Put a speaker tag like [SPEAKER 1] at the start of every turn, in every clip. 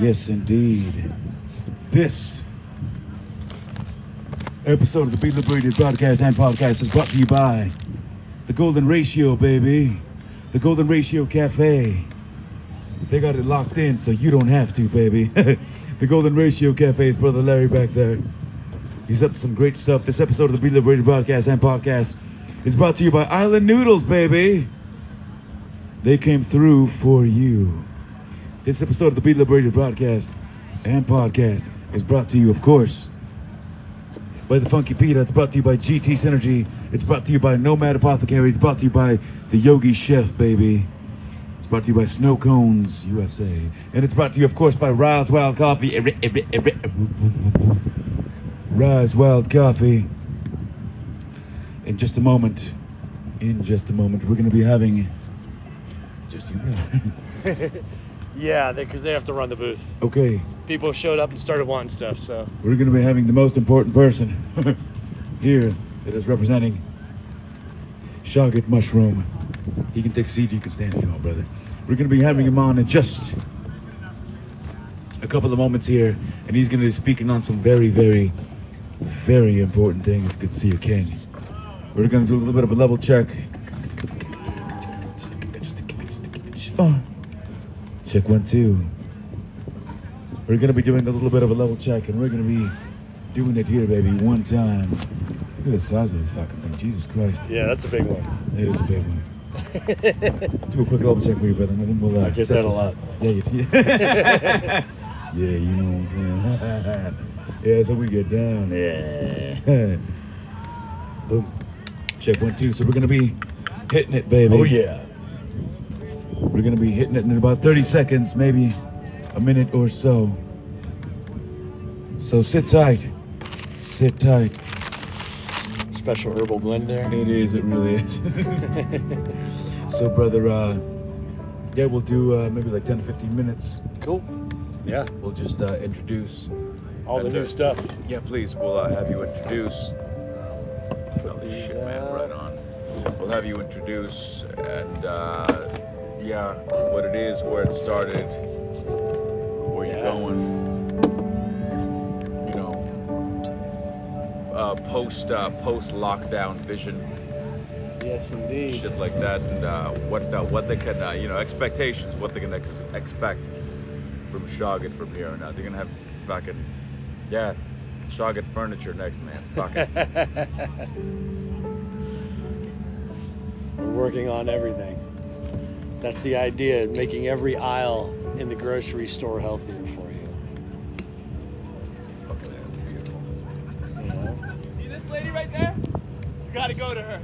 [SPEAKER 1] Yes, indeed. This episode of the Be Liberated broadcast and podcast is brought to you by the Golden Ratio, baby. The Golden Ratio Cafe. They got it locked in, so you don't have to, baby. the Golden Ratio Cafe is Brother Larry back there. He's up to some great stuff. This episode of the Be Liberated broadcast and podcast is brought to you by Island Noodles, baby. They came through for you. This episode of the Be Liberated broadcast and podcast is brought to you, of course, by the Funky Pete. It's brought to you by GT Synergy. It's brought to you by Nomad Apothecary. It's brought to you by the Yogi Chef, baby. It's brought to you by Snow Cones USA. And it's brought to you, of course, by Rise Wild Coffee. Every, every, every, Rise Wild Coffee. In just a moment, in just a moment, we're going to be having just you.
[SPEAKER 2] Yeah, because they have to run the booth.
[SPEAKER 1] okay,
[SPEAKER 2] People showed up and started wanting stuff, so
[SPEAKER 1] we're going to be having the most important person here that is representing Shogget Mushroom. He can take a seat, you can stand if you want, brother. We're going to be having him on in just a couple of moments here, and he's going to be speaking on some very, very, very important things. Good to see you, King. We're going to do a little bit of a level check. Oh. Check one, two. We're gonna be doing a little bit of a level check, and we're gonna be doing it here, baby, one time. Look at the size of this fucking thing, Jesus Christ!
[SPEAKER 2] yeah, that's a big one.
[SPEAKER 1] It is a big one. Do a quick level check for you, brother. and then we'll, uh,
[SPEAKER 2] I get
[SPEAKER 1] set
[SPEAKER 2] that a
[SPEAKER 1] this-
[SPEAKER 2] lot.
[SPEAKER 1] Yeah, you, yeah, you know what I'm saying. yeah, so we get down. Yeah. Boom. Check one, two. So we're gonna be hitting it, baby.
[SPEAKER 2] Oh yeah.
[SPEAKER 1] We're gonna be hitting it in about 30 seconds, maybe a minute or so. So sit tight. Sit tight.
[SPEAKER 2] Special herbal blend there.
[SPEAKER 1] It is, it really is. so brother, uh yeah, we'll do uh, maybe like 10 to 15 minutes.
[SPEAKER 2] Cool. Yeah.
[SPEAKER 1] We'll just uh, introduce.
[SPEAKER 2] All the
[SPEAKER 1] And,
[SPEAKER 2] new
[SPEAKER 1] uh,
[SPEAKER 2] stuff.
[SPEAKER 1] Yeah, please. We'll uh, have you introduce.
[SPEAKER 3] um, Oh, this
[SPEAKER 2] these
[SPEAKER 3] shit, man,
[SPEAKER 2] out.
[SPEAKER 3] right on. We'll have you introduce and uh, yeah, what it is, where it started, where
[SPEAKER 2] Yeah.
[SPEAKER 3] you're going. You know, uh, post uh, post lockdown vision,
[SPEAKER 2] Yes, indeed.
[SPEAKER 3] shit like that, and uh, what uh, what they can uh, you know expectations, what they can ex- expect from Shogget from here on out. They're gonna have fucking yeah, Shogget furniture next man. Fuck it.
[SPEAKER 2] We're working on everything. That's the idea, making every aisle in the grocery store healthier for you.
[SPEAKER 3] Fucking hell, that's beautiful.
[SPEAKER 2] you know?
[SPEAKER 4] See this lady right there? You gotta go to her.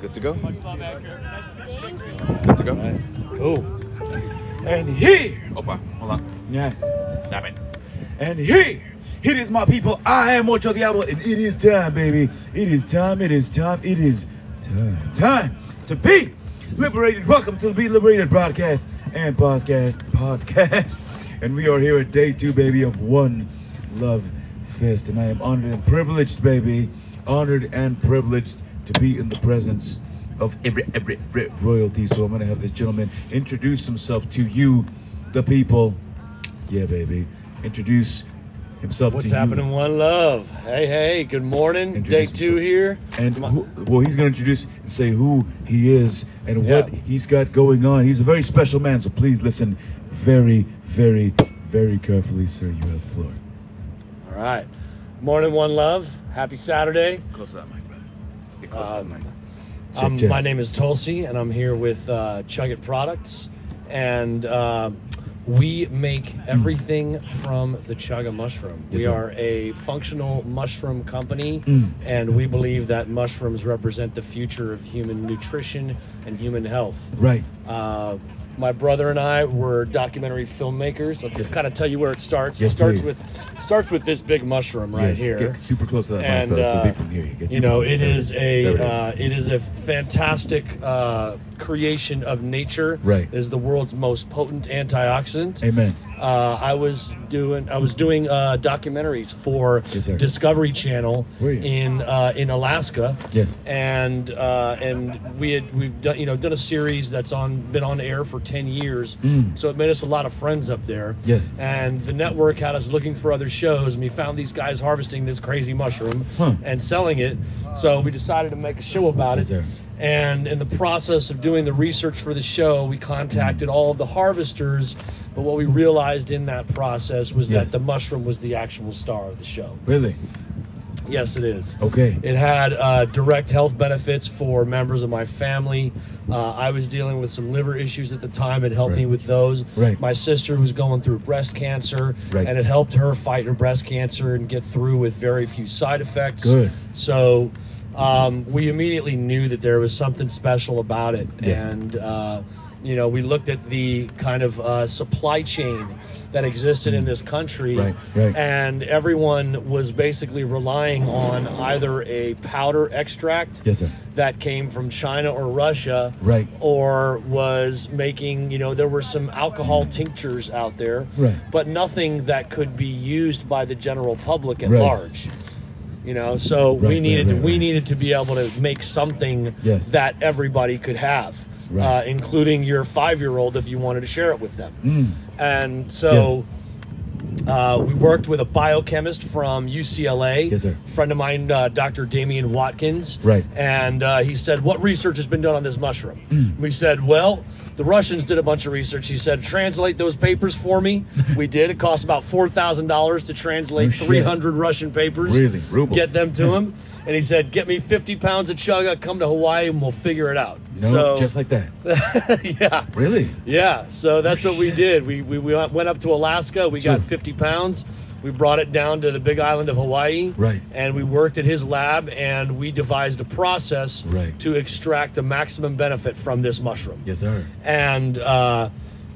[SPEAKER 3] Good to go.
[SPEAKER 4] Much love, Edgar. Nice to meet you.
[SPEAKER 3] Good to go.
[SPEAKER 2] Right. Cool.
[SPEAKER 1] And here,
[SPEAKER 3] Opa, hold on.
[SPEAKER 1] yeah,
[SPEAKER 3] Stop it.
[SPEAKER 1] and here, it is my people. I am Ocho Diablo, and it is time, baby. It is time. It is time. It is time. Time to be liberated. Welcome to the Be Liberated broadcast and podcast podcast. And we are here at day two, baby, of one love fest, and I am honored and privileged, baby, honored and privileged to be in the presence of every every, every royalty. So I'm gonna have this gentleman introduce himself to you, the people. Yeah, baby. Introduce himself
[SPEAKER 2] What's
[SPEAKER 1] to
[SPEAKER 2] happening,
[SPEAKER 1] you.
[SPEAKER 2] one love? Hey, hey. Good morning. Day
[SPEAKER 1] Introduce
[SPEAKER 2] two
[SPEAKER 1] yourself.
[SPEAKER 2] here.
[SPEAKER 1] And
[SPEAKER 2] My-
[SPEAKER 1] who, well, he's going to introduce and say who he is and what
[SPEAKER 2] Yeah.
[SPEAKER 1] he's got going on. He's a very special man, so please listen very, very, very carefully, sir. You have the floor.
[SPEAKER 2] All right. Morning, one love. Happy Saturday.
[SPEAKER 3] Close that mic, brother. Get close to that mic.
[SPEAKER 2] Um, um,
[SPEAKER 1] check.
[SPEAKER 2] My name is Tulsi, and I'm here with uh, Chug It Products, and uh, we make everything from the chaga mushroom.
[SPEAKER 1] Yes,
[SPEAKER 2] we
[SPEAKER 1] sir.
[SPEAKER 2] are a functional mushroom company,
[SPEAKER 1] Mm.
[SPEAKER 2] and we believe that mushrooms represent the future of human nutrition and human health.
[SPEAKER 1] Right.
[SPEAKER 2] Uh, my brother and I were documentary filmmakers. Let's just kind of tell you where it starts.
[SPEAKER 1] Yes,
[SPEAKER 2] it starts
[SPEAKER 1] please.
[SPEAKER 2] with starts with this big mushroom right
[SPEAKER 1] Yes,
[SPEAKER 2] here
[SPEAKER 1] Get super close to that
[SPEAKER 2] and
[SPEAKER 1] mic, brother,
[SPEAKER 2] uh,
[SPEAKER 1] so people can hear you. Get
[SPEAKER 2] you
[SPEAKER 1] super
[SPEAKER 2] know
[SPEAKER 1] close.
[SPEAKER 2] uh, it
[SPEAKER 1] There
[SPEAKER 2] is a
[SPEAKER 1] There it
[SPEAKER 2] uh, it is a fantastic uh, creation of nature
[SPEAKER 1] Right.
[SPEAKER 2] is the world's most potent antioxidant.
[SPEAKER 1] Amen.
[SPEAKER 2] Uh, I was doing I was doing uh, documentaries for
[SPEAKER 1] Yes, sir.
[SPEAKER 2] Discovery Channel
[SPEAKER 1] Were you?
[SPEAKER 2] in uh, in Alaska.
[SPEAKER 1] Yes.
[SPEAKER 2] And uh, and we had we've done you know done a series that's on been on air for ten years,
[SPEAKER 1] Mm.
[SPEAKER 2] so it made us a lot of friends up there.
[SPEAKER 1] Yes.
[SPEAKER 2] And the network had us looking for other shows, and we found these guys harvesting this crazy mushroom
[SPEAKER 1] Huh.
[SPEAKER 2] and selling it. So we decided to make a show about
[SPEAKER 1] Yes,
[SPEAKER 2] it.
[SPEAKER 1] sir.
[SPEAKER 2] And in the process of doing the research for the show, we contacted all of the harvesters. But what we realized in that process was
[SPEAKER 1] Yes.
[SPEAKER 2] that the mushroom was the actual star of the show.
[SPEAKER 1] Really?
[SPEAKER 2] Yes, it is.
[SPEAKER 1] Okay.
[SPEAKER 2] It had uh, direct health benefits for members of my family. Uh, I was dealing with some liver issues at the time. It helped me
[SPEAKER 1] Right.
[SPEAKER 2] with those.
[SPEAKER 1] Right.
[SPEAKER 2] My sister was going through breast cancer,
[SPEAKER 1] Right.
[SPEAKER 2] and it helped her fight her breast cancer and get through with very few side effects.
[SPEAKER 1] Good.
[SPEAKER 2] So um, we immediately knew that there was something special about it.
[SPEAKER 1] Yes.
[SPEAKER 2] And, uh, you know, we looked at the kind of uh, supply chain that existed in this country
[SPEAKER 1] Mm. Right, right.
[SPEAKER 2] and everyone was basically relying on either a powder extract
[SPEAKER 1] Yes, sir.
[SPEAKER 2] that came from China or Russia,
[SPEAKER 1] Right.
[SPEAKER 2] or was making, you know, there were some alcohol tinctures out there,
[SPEAKER 1] Right.
[SPEAKER 2] but nothing that could be used by the general public at
[SPEAKER 1] Right.
[SPEAKER 2] large. You know, so
[SPEAKER 1] Right,
[SPEAKER 2] we
[SPEAKER 1] right,
[SPEAKER 2] needed
[SPEAKER 1] right,
[SPEAKER 2] we
[SPEAKER 1] right.
[SPEAKER 2] needed to be able to make something
[SPEAKER 1] Yes.
[SPEAKER 2] that everybody could have,
[SPEAKER 1] Right.
[SPEAKER 2] uh, including your five year old if you wanted to share it with them.
[SPEAKER 1] Mm.
[SPEAKER 2] And so uh, we worked with a biochemist from UCLA,
[SPEAKER 1] Yes, sir.
[SPEAKER 2] friend of mine, uh, Dr. Damian Watkins.
[SPEAKER 1] Right.
[SPEAKER 2] And uh, he said, What research has been done on this mushroom?
[SPEAKER 1] Mm.
[SPEAKER 2] We said, Well, the Russians did a bunch of research. He said, Translate those papers for me. we did. It cost about $4,000 to
[SPEAKER 1] Oh,
[SPEAKER 2] translate
[SPEAKER 1] shit.
[SPEAKER 2] 300 Russian papers.
[SPEAKER 1] Really? Rubles.
[SPEAKER 2] Get them to him. and he said, Get me 50 pounds of chugga, come to Hawaii, and we'll figure it out.
[SPEAKER 1] You know,
[SPEAKER 2] so,
[SPEAKER 1] just like that.
[SPEAKER 2] yeah.
[SPEAKER 1] Really?
[SPEAKER 2] Yeah, so that's what we did. We, we, we went up to Alaska. We got
[SPEAKER 1] Sure.
[SPEAKER 2] 50 pounds. We brought it down to the big island of Hawaii.
[SPEAKER 1] Right.
[SPEAKER 2] And we worked at his lab and we devised a process
[SPEAKER 1] Right.
[SPEAKER 2] to extract the maximum benefit from this mushroom.
[SPEAKER 1] Yes, sir.
[SPEAKER 2] And, uh,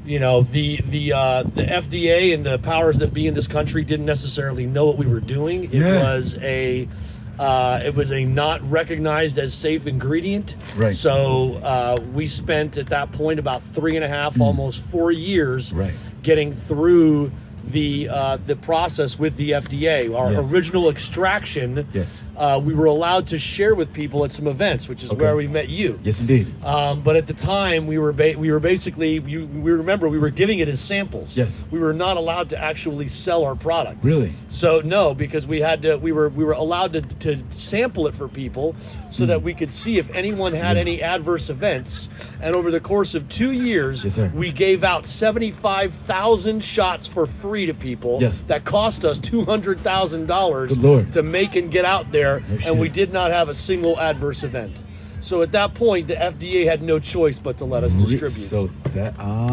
[SPEAKER 2] you know, the, the, uh, the FDA and the powers that be in this country didn't necessarily know what we were doing. It
[SPEAKER 1] Yeah.
[SPEAKER 2] was a. Uh, it was a not recognized as safe ingredient,
[SPEAKER 1] Right.
[SPEAKER 2] so so uh, we spent at that point about three and a half, almost four years,
[SPEAKER 1] Hmm. Right.
[SPEAKER 2] getting through the uh, the process with the FDA. Our
[SPEAKER 1] Yes.
[SPEAKER 2] original extraction,
[SPEAKER 1] Yes.
[SPEAKER 2] uh, we were allowed to share with people at some events, which is
[SPEAKER 1] Okay.
[SPEAKER 2] where we met you.
[SPEAKER 1] Yes, indeed.
[SPEAKER 2] Um, but at the time, we were ba- we were basically you we remember we were giving it as samples.
[SPEAKER 1] Yes.
[SPEAKER 2] we were not allowed to actually sell our product.
[SPEAKER 1] Really?
[SPEAKER 2] So no, because we had to, we were we were allowed to, to sample it for people, so
[SPEAKER 1] Hmm.
[SPEAKER 2] that we could see if anyone had any adverse events. And over the course of two years,
[SPEAKER 1] Yes, sir.
[SPEAKER 2] we gave out seventy five thousand shots for free to people.
[SPEAKER 1] Yes.
[SPEAKER 2] That cost us two hundred thousand dollars
[SPEAKER 1] Good Lord.
[SPEAKER 2] to make and get out there,
[SPEAKER 1] No
[SPEAKER 2] and
[SPEAKER 1] shit.
[SPEAKER 2] we did not have a single adverse event. So at that point, the FDA had no choice but to let us
[SPEAKER 1] Re-
[SPEAKER 2] distribute.
[SPEAKER 1] So that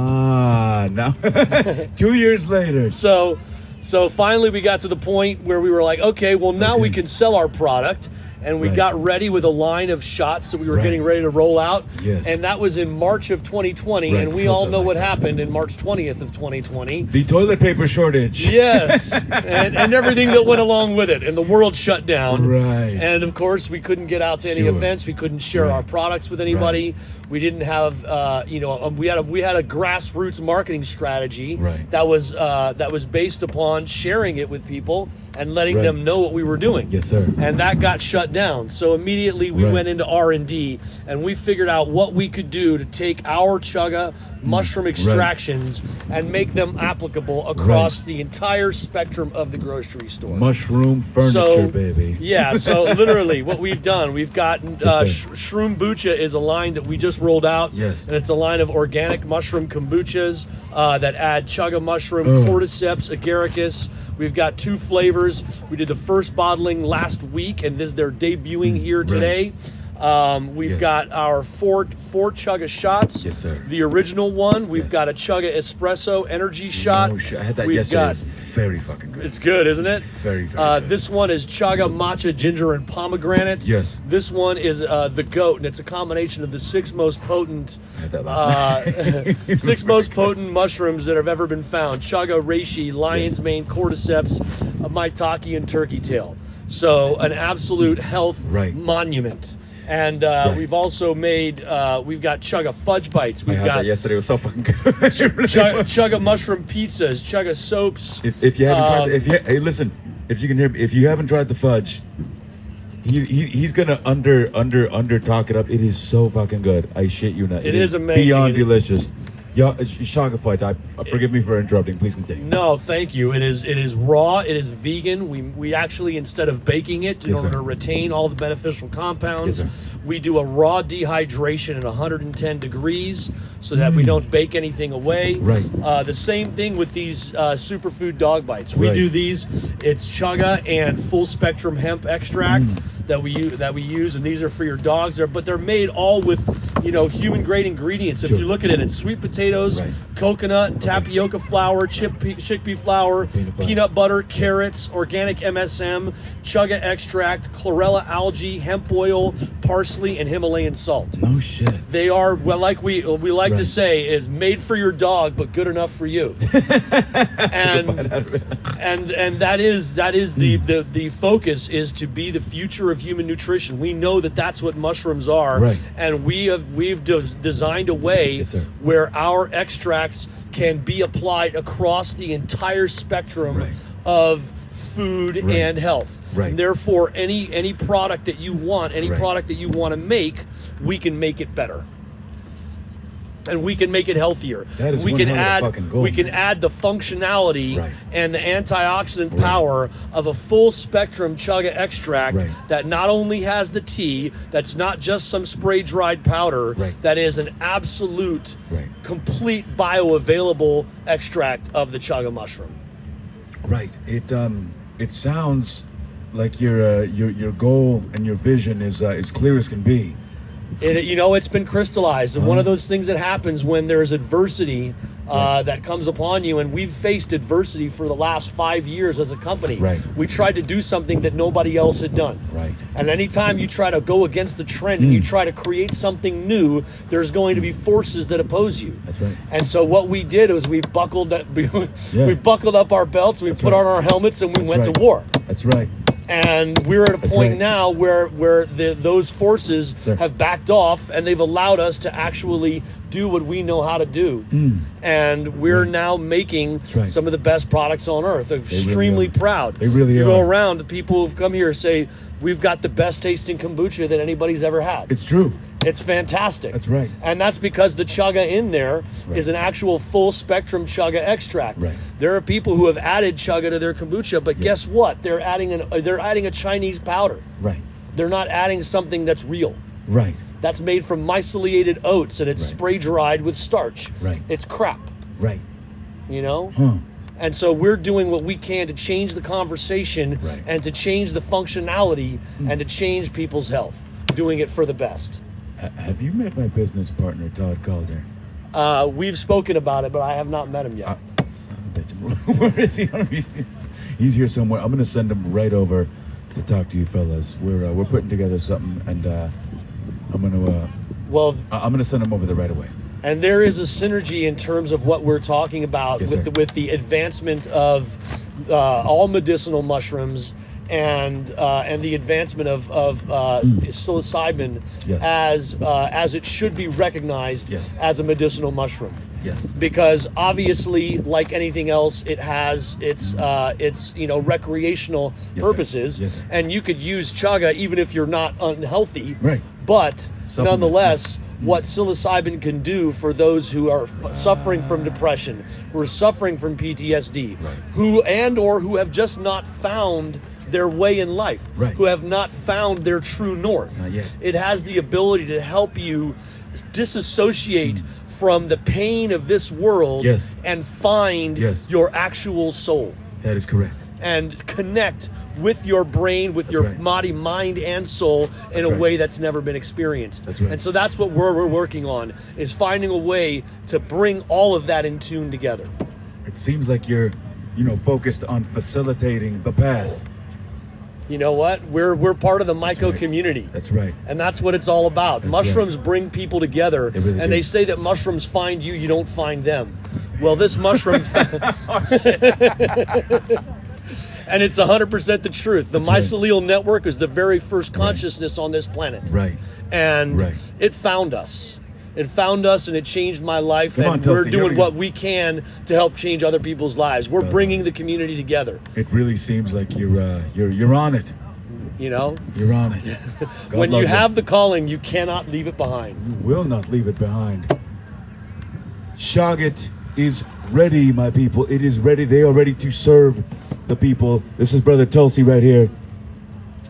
[SPEAKER 1] ah now two years later.
[SPEAKER 2] So, so finally we got to the point where we were like, okay, well now we
[SPEAKER 1] Okay.
[SPEAKER 2] can sell our product, and we
[SPEAKER 1] Right.
[SPEAKER 2] got ready with a line of shots that we were
[SPEAKER 1] Right.
[SPEAKER 2] getting ready to roll out.
[SPEAKER 1] Yes.
[SPEAKER 2] And that was in March of 2020,
[SPEAKER 1] Right,
[SPEAKER 2] and we
[SPEAKER 1] close
[SPEAKER 2] all
[SPEAKER 1] that
[SPEAKER 2] know
[SPEAKER 1] line.
[SPEAKER 2] what happened in March 20th of 2020.
[SPEAKER 1] The toilet paper shortage.
[SPEAKER 2] Yes, and, and everything that went along with it, and the world shut down.
[SPEAKER 1] Right.
[SPEAKER 2] And of course, we couldn't get out to any
[SPEAKER 1] Sure.
[SPEAKER 2] events. We couldn't share our products with anybody. We didn't have, uh, you know, um, we had a we had a grassroots marketing strategy
[SPEAKER 1] Right.
[SPEAKER 2] that was uh, that was based upon sharing it with people and letting
[SPEAKER 1] Right.
[SPEAKER 2] them know what we were doing.
[SPEAKER 1] Yes, sir.
[SPEAKER 2] And that got shut down. So immediately we
[SPEAKER 1] Right.
[SPEAKER 2] went into R and D, and we figured out what we could do to take our chugga mushroom extractions and make them applicable across the entire spectrum of the grocery store.
[SPEAKER 1] Mushroom furniture,
[SPEAKER 2] So-
[SPEAKER 1] baby.
[SPEAKER 2] Yeah, so literally, what we've done, we've gotten uh,
[SPEAKER 1] sir.
[SPEAKER 2] sh- Shroom Bucha is a line that we just rolled out.
[SPEAKER 1] Yes.
[SPEAKER 2] And it's a line of organic mushroom kombuchas uh, that add chaga mushroom,
[SPEAKER 1] Oh.
[SPEAKER 2] cordyceps, agaricus. We've got two flavors. We did the first bottling last week, and this they're debuting here today. Um, we've
[SPEAKER 1] Mm. Yes.
[SPEAKER 2] got our four four chugga shots.
[SPEAKER 1] Yes, sir.
[SPEAKER 2] The original one. We've
[SPEAKER 1] Yes.
[SPEAKER 2] got a chugga espresso energy shot.
[SPEAKER 1] Oh, shit, I had that
[SPEAKER 2] we've
[SPEAKER 1] yesterday.
[SPEAKER 2] got
[SPEAKER 1] It's very fucking good.
[SPEAKER 2] it's good, isn't it?
[SPEAKER 1] Very, very
[SPEAKER 2] Uh,
[SPEAKER 1] good.
[SPEAKER 2] This one is chaga matcha ginger and pomegranate.
[SPEAKER 1] Yes.
[SPEAKER 2] This one is uh, the goat, and it's a combination of the six most potent,
[SPEAKER 1] I had that last
[SPEAKER 2] uh,
[SPEAKER 1] night.
[SPEAKER 2] six most potent mushrooms that have ever been found: chaga reishi, lion's
[SPEAKER 1] Yes.
[SPEAKER 2] mane, cordyceps, uh, maitake, and turkey tail. So an absolute health
[SPEAKER 1] Right.
[SPEAKER 2] monument. And uh,
[SPEAKER 5] Right.
[SPEAKER 2] we've also made, uh, we've got Chugga Fudge Bites. We've
[SPEAKER 5] I had
[SPEAKER 2] got
[SPEAKER 5] that yesterday. It was so fucking good. It really
[SPEAKER 2] Chugga,
[SPEAKER 5] was.
[SPEAKER 2] Chugga Mushroom Pizzas, Chugga Soaps.
[SPEAKER 1] If, if you haven't tried,
[SPEAKER 2] Um,
[SPEAKER 1] the- if you hey, listen, if you can hear, me, if you haven't tried the fudge, he, he, he's gonna under under under talk it up. It is so fucking good. I shit you not.
[SPEAKER 2] It is amazing.
[SPEAKER 1] Beyond
[SPEAKER 2] It-
[SPEAKER 1] delicious. Yeah, Shaga fight. I uh, forgive me for interrupting. Please continue.
[SPEAKER 2] No, thank you. It is it is raw. It is vegan. We we actually instead of baking it in
[SPEAKER 1] Yes,
[SPEAKER 2] order
[SPEAKER 1] sir.
[SPEAKER 2] to retain all the beneficial compounds,
[SPEAKER 1] Yes, sir.
[SPEAKER 2] we do a raw dehydration at 110 degrees so that we don't bake anything away.
[SPEAKER 1] Mm. Right.
[SPEAKER 2] Uh, the same thing with these uh, superfood dog bites. We
[SPEAKER 1] Right.
[SPEAKER 2] do these. It's chaga and full spectrum hemp extract
[SPEAKER 1] Mm.
[SPEAKER 2] that we u- that we use, and these are for your dogs. They're, but they're made all with you know human grade ingredients. If
[SPEAKER 1] Sure.
[SPEAKER 2] you look at it, it's sweet potatoes,
[SPEAKER 1] Right.
[SPEAKER 2] coconut, tapioca flour, chip, chickpea flour,
[SPEAKER 1] Peanut
[SPEAKER 2] peanut
[SPEAKER 1] butter.
[SPEAKER 2] butter. carrots, organic MSM, chugga extract, chlorella algae, hemp oil, parsley, and Himalayan salt.
[SPEAKER 1] No shit.
[SPEAKER 2] They are well, like we we like to
[SPEAKER 1] Right.
[SPEAKER 2] say, is made for your dog, but good enough for you. and and and that is that is the,
[SPEAKER 1] Hmm.
[SPEAKER 2] the the focus is to be the future of human nutrition. We know that that's what mushrooms are,
[SPEAKER 1] Right.
[SPEAKER 2] and we have we've des- designed a way
[SPEAKER 1] Yes, sir.
[SPEAKER 2] where our extracts can be applied across the entire spectrum
[SPEAKER 1] Right.
[SPEAKER 2] of food
[SPEAKER 1] Right.
[SPEAKER 2] and health.
[SPEAKER 1] Right.
[SPEAKER 2] And therefore, any any product that you want, any
[SPEAKER 1] Right.
[SPEAKER 2] product that you want to make, we can make it better. And we can make it healthier.
[SPEAKER 1] That is
[SPEAKER 2] we
[SPEAKER 1] one
[SPEAKER 2] can
[SPEAKER 1] hell of a
[SPEAKER 2] add
[SPEAKER 1] fucking goal,
[SPEAKER 2] we can
[SPEAKER 1] man.
[SPEAKER 2] add the functionality
[SPEAKER 1] Right.
[SPEAKER 2] and the antioxidant
[SPEAKER 1] Right.
[SPEAKER 2] power of a full spectrum chaga extract
[SPEAKER 1] Right.
[SPEAKER 2] that not only has the tea, that's not just some spray dried powder,
[SPEAKER 1] Right.
[SPEAKER 2] that is an absolute,
[SPEAKER 1] Right.
[SPEAKER 2] complete bioavailable extract of the chaga mushroom.
[SPEAKER 1] Right. It um it sounds like your uh, your your goal and your vision is uh, as clear as can be.
[SPEAKER 2] It, you know, it's been crystallized. And one
[SPEAKER 1] Uh-huh.
[SPEAKER 2] of those things that happens when there's adversity uh, that comes upon you. And we've faced adversity for the last five years as a company.
[SPEAKER 1] Right.
[SPEAKER 2] We tried to do something that nobody else had done.
[SPEAKER 1] Right.
[SPEAKER 2] And anytime you try to go against the trend and you
[SPEAKER 1] Hmm.
[SPEAKER 2] try to create something new, there's going to be forces that oppose you.
[SPEAKER 1] That's right.
[SPEAKER 2] And so what we did was we buckled up, we,
[SPEAKER 1] Yeah.
[SPEAKER 2] buckled up our belts, we put
[SPEAKER 1] right.
[SPEAKER 2] on our helmets, and we
[SPEAKER 1] That's
[SPEAKER 2] went
[SPEAKER 1] right.
[SPEAKER 2] to war
[SPEAKER 1] That's right.
[SPEAKER 2] and we're at a
[SPEAKER 1] That's
[SPEAKER 2] point
[SPEAKER 1] right.
[SPEAKER 2] now where where the, those forces
[SPEAKER 1] Sure.
[SPEAKER 2] have backed off and they've allowed us to actually do what we know how to do and we're now making
[SPEAKER 1] Hmm. right.
[SPEAKER 2] some of the best products on earth extremely
[SPEAKER 1] are.
[SPEAKER 2] proud
[SPEAKER 1] They really
[SPEAKER 2] if you go
[SPEAKER 1] are.
[SPEAKER 2] around the people who've come here say we've got the best tasting kombucha that anybody's ever had
[SPEAKER 1] It's true.
[SPEAKER 2] it's fantastic.
[SPEAKER 1] That's right.
[SPEAKER 2] And that's because the chaga in there is
[SPEAKER 1] Right.
[SPEAKER 2] an actual full spectrum chaga extract.
[SPEAKER 1] Right.
[SPEAKER 2] There are people who have added chaga to their kombucha, but guess what? They're adding an uh, they're adding a Chinese powder.
[SPEAKER 1] Right.
[SPEAKER 2] They're not adding something that's real.
[SPEAKER 1] Right.
[SPEAKER 2] That's made from myceliated oats and it's
[SPEAKER 1] Right.
[SPEAKER 2] spray dried with starch.
[SPEAKER 1] Right.
[SPEAKER 2] It's crap,
[SPEAKER 1] Right.
[SPEAKER 2] you know?
[SPEAKER 1] Huh.
[SPEAKER 2] And so we're doing what we can to change the conversation
[SPEAKER 1] Right. Hmm.
[SPEAKER 2] and to change the functionality and to change people's health, doing it for the best.
[SPEAKER 1] Ha- have you met my business partner, Todd Calder?
[SPEAKER 2] Uh, we've spoken about it, but I have not met him yet.
[SPEAKER 1] Uh, son of a bitch. Where is he? He's here somewhere. I'm gonna send him right over to talk to you fellas. We're uh, we're putting together something, and uh, I'm gonna uh,
[SPEAKER 2] well,
[SPEAKER 1] I- I'm gonna send him over there right away.
[SPEAKER 2] and there is a synergy in terms of what we're talking about
[SPEAKER 1] Yes,
[SPEAKER 2] with
[SPEAKER 1] sir.
[SPEAKER 2] the, with the advancement of uh, all medicinal mushrooms and uh, and the advancement of of uh, psilocybin
[SPEAKER 1] Mm. Yes.
[SPEAKER 2] as uh, as it should be recognized
[SPEAKER 1] Yes.
[SPEAKER 2] as a medicinal mushroom.
[SPEAKER 1] Yes.
[SPEAKER 2] because obviously, like anything else, it has its uh, its you know recreational
[SPEAKER 1] Yes, sir.
[SPEAKER 2] purposes,
[SPEAKER 1] Yes, sir.
[SPEAKER 2] and you could use chaga even if you're not unhealthy.
[SPEAKER 1] Right.
[SPEAKER 2] But
[SPEAKER 1] Supplement. Mm-hmm.
[SPEAKER 2] nonetheless, what psilocybin can do for those who are f- suffering from depression, who are suffering from PTSD,
[SPEAKER 1] Ah. Right.
[SPEAKER 2] who and or who have just not found their way in life,
[SPEAKER 1] Right.
[SPEAKER 2] who have not found their true north.
[SPEAKER 1] Not yet.
[SPEAKER 2] It has the ability to help you disassociate from the pain of this world
[SPEAKER 1] Hmm. Yes.
[SPEAKER 2] and find
[SPEAKER 1] Yes.
[SPEAKER 2] your actual soul
[SPEAKER 1] That is correct.
[SPEAKER 2] and connect with your brain, with your
[SPEAKER 1] right.
[SPEAKER 2] body, mind, and soul in
[SPEAKER 1] That's
[SPEAKER 2] a
[SPEAKER 1] right.
[SPEAKER 2] way that's never been experienced.
[SPEAKER 1] That's right.
[SPEAKER 2] And so that's what we're, we're working on is finding a way to bring all of that in tune together.
[SPEAKER 1] It seems like you're, you know, focused on facilitating the path.
[SPEAKER 2] You know what? We're we're part of the myco
[SPEAKER 1] right.
[SPEAKER 2] community.
[SPEAKER 1] That's right.
[SPEAKER 2] and that's what it's all about.
[SPEAKER 1] That's
[SPEAKER 2] mushrooms bring people together,
[SPEAKER 1] They really
[SPEAKER 2] and
[SPEAKER 1] do.
[SPEAKER 2] they say that mushrooms find you, you
[SPEAKER 1] Oh,
[SPEAKER 2] don't find them. Well, this mushroom, fa- and it's 100% the truth. The
[SPEAKER 1] right.
[SPEAKER 2] mycelial network is the very first consciousness on this planet.
[SPEAKER 1] Right.
[SPEAKER 2] And
[SPEAKER 1] Right.
[SPEAKER 2] it found us. It found us and it changed my life.
[SPEAKER 1] Come
[SPEAKER 2] and
[SPEAKER 1] on,
[SPEAKER 2] we're
[SPEAKER 1] Tulsi, here
[SPEAKER 2] doing
[SPEAKER 1] we go.
[SPEAKER 2] what we can to help change other people's lives. We're
[SPEAKER 1] Brother.
[SPEAKER 2] bringing the community together,
[SPEAKER 1] It really seems like you're uh, you're you're on it.
[SPEAKER 2] you know?
[SPEAKER 1] You're on it. God
[SPEAKER 2] when
[SPEAKER 1] love
[SPEAKER 2] you have the calling, you cannot leave it behind.
[SPEAKER 1] you will not leave it behind. Shogget is ready, my people. It is ready. They are ready to serve the people. This is Brother Tulsi right here.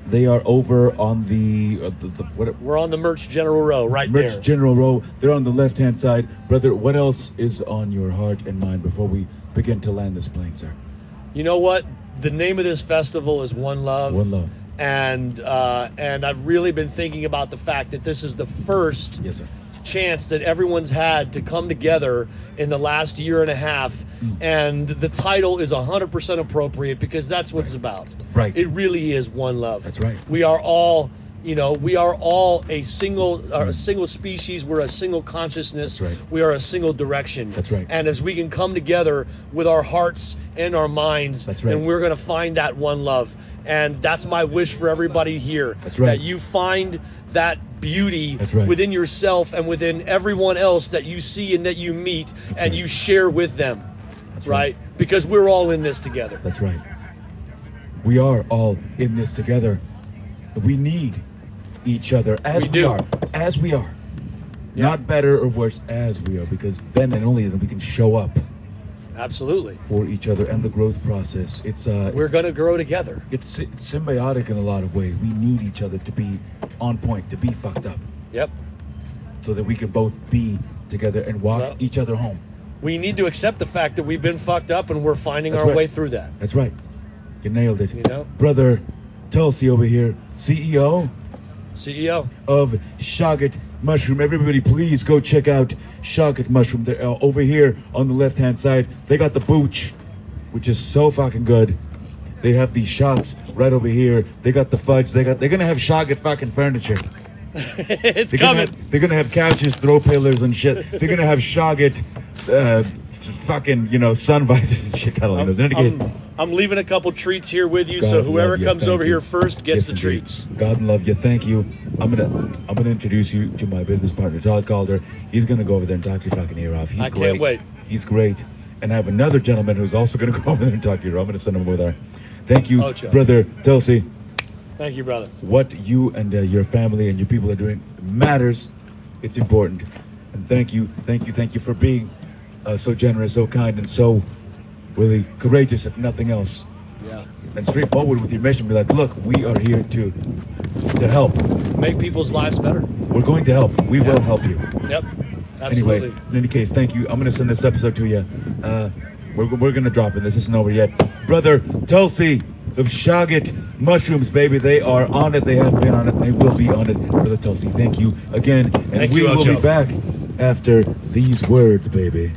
[SPEAKER 1] They are over on the uh, the, the what,
[SPEAKER 2] We're on the Merch General Row right
[SPEAKER 1] Merch
[SPEAKER 2] there.
[SPEAKER 1] General Row. They're on the left hand side. Brother, what else is on your heart and mind before we begin to land this plane, sir?
[SPEAKER 2] you know what? The name of this festival is One Love.
[SPEAKER 1] One love.
[SPEAKER 2] And uh, and I've really been thinking about the fact that this is the first
[SPEAKER 1] Yes, sir.
[SPEAKER 2] chance that everyone's had to come together in the last year and a half
[SPEAKER 1] Hmm.
[SPEAKER 2] and the title is 100% appropriate because that's what it's about
[SPEAKER 1] Right.
[SPEAKER 2] it really is one love
[SPEAKER 1] That's right.
[SPEAKER 2] we are all you know we are all a single are a single species we're a single consciousness
[SPEAKER 1] Hmm. That's right.
[SPEAKER 2] we are a single direction
[SPEAKER 1] That's right.
[SPEAKER 2] and as we can come together with our hearts and our minds
[SPEAKER 1] That's right.
[SPEAKER 2] then we're going to find that one love and that's my wish for everybody here
[SPEAKER 1] That's right.
[SPEAKER 2] that you find that beauty
[SPEAKER 1] That's right.
[SPEAKER 2] within within yourself and within everyone else that you see and that you meet and
[SPEAKER 1] right.
[SPEAKER 2] you share with them.
[SPEAKER 1] That's
[SPEAKER 2] right?
[SPEAKER 1] right.
[SPEAKER 2] Because we're all in this together.
[SPEAKER 1] That's right. We are all in this together. We need each other as
[SPEAKER 2] We
[SPEAKER 1] we,
[SPEAKER 2] do.
[SPEAKER 1] are. As we are.
[SPEAKER 2] Yeah.
[SPEAKER 1] Not better or worse as we are, because then and only then we can show up
[SPEAKER 2] Absolutely.
[SPEAKER 1] for each other and the growth process. It's uh
[SPEAKER 2] We're
[SPEAKER 1] it's,
[SPEAKER 2] going to grow together.
[SPEAKER 1] it's it's symbiotic in a lot of ways. We need each other to be on point, to be fucked up.
[SPEAKER 2] Yep.
[SPEAKER 1] So that we can both be together and walk
[SPEAKER 2] Well-
[SPEAKER 1] each other home.
[SPEAKER 2] We need to accept the fact that we've been fucked up and we're finding
[SPEAKER 1] That's
[SPEAKER 2] our
[SPEAKER 1] right.
[SPEAKER 2] way through that.
[SPEAKER 1] That's right. You nailed it.
[SPEAKER 2] You know?
[SPEAKER 1] Brother Tulsi over here, E CEO
[SPEAKER 2] CEO,
[SPEAKER 1] of Shogget Mushroom. Everybody, please go check out Shogget Mushroom. They're uh, over here on the left hand side. They got the booch, which is so fucking good. They have the shots right over here. They got the fudge. They got. They're gonna have Shogget fucking furniture.
[SPEAKER 2] it's
[SPEAKER 1] They're
[SPEAKER 2] coming.
[SPEAKER 1] Gonna have, they're gonna have couches, throw pillows, and shit. They're gonna have Shogget, uh, fucking you know sun visors and shit. I don't know. In any case.
[SPEAKER 2] I'm, I'm leaving a couple treats here with you,
[SPEAKER 1] God
[SPEAKER 2] so
[SPEAKER 1] love
[SPEAKER 2] whoever
[SPEAKER 1] you.
[SPEAKER 2] comes
[SPEAKER 1] Thank
[SPEAKER 2] over
[SPEAKER 1] you.
[SPEAKER 2] here first gets
[SPEAKER 1] Yes,
[SPEAKER 2] the
[SPEAKER 1] indeed.
[SPEAKER 2] treats.
[SPEAKER 1] God love you. Thank you. I'm gonna I'm gonna introduce you to my business partner Todd Calder. He's gonna go over there and talk your fucking ear off. He's
[SPEAKER 2] I can't
[SPEAKER 1] great.
[SPEAKER 2] wait.
[SPEAKER 1] He's great. And I have another gentleman who's also gonna go over there and talk to you. I'm gonna send him over there. Thank you,
[SPEAKER 2] Ocho.
[SPEAKER 1] brother Tulsi.
[SPEAKER 2] Thank you, brother.
[SPEAKER 1] What you and uh, your family and your people are doing matters. It's important. And thank you, thank you, thank you for being uh, so generous, so kind, and so really courageous, if nothing else
[SPEAKER 2] Yeah.
[SPEAKER 1] and straightforward with your mission. Be like, look, we are here to to help.
[SPEAKER 2] Make people's lives better.
[SPEAKER 1] We're going to help. We will help you.
[SPEAKER 2] Yep. Absolutely.
[SPEAKER 1] Anyway, in any case, thank you. I'm gonna send this episode to you. Uh, we're, we're gonna drop it. This isn't over yet, brother Tulsi of Shogget Mushrooms, baby. They are on it. They have been on it. They will be on it, brother Tulsi. Thank you again, and
[SPEAKER 2] Thank
[SPEAKER 1] we
[SPEAKER 2] you,
[SPEAKER 1] will
[SPEAKER 2] Ocho.
[SPEAKER 1] be back after these words, baby.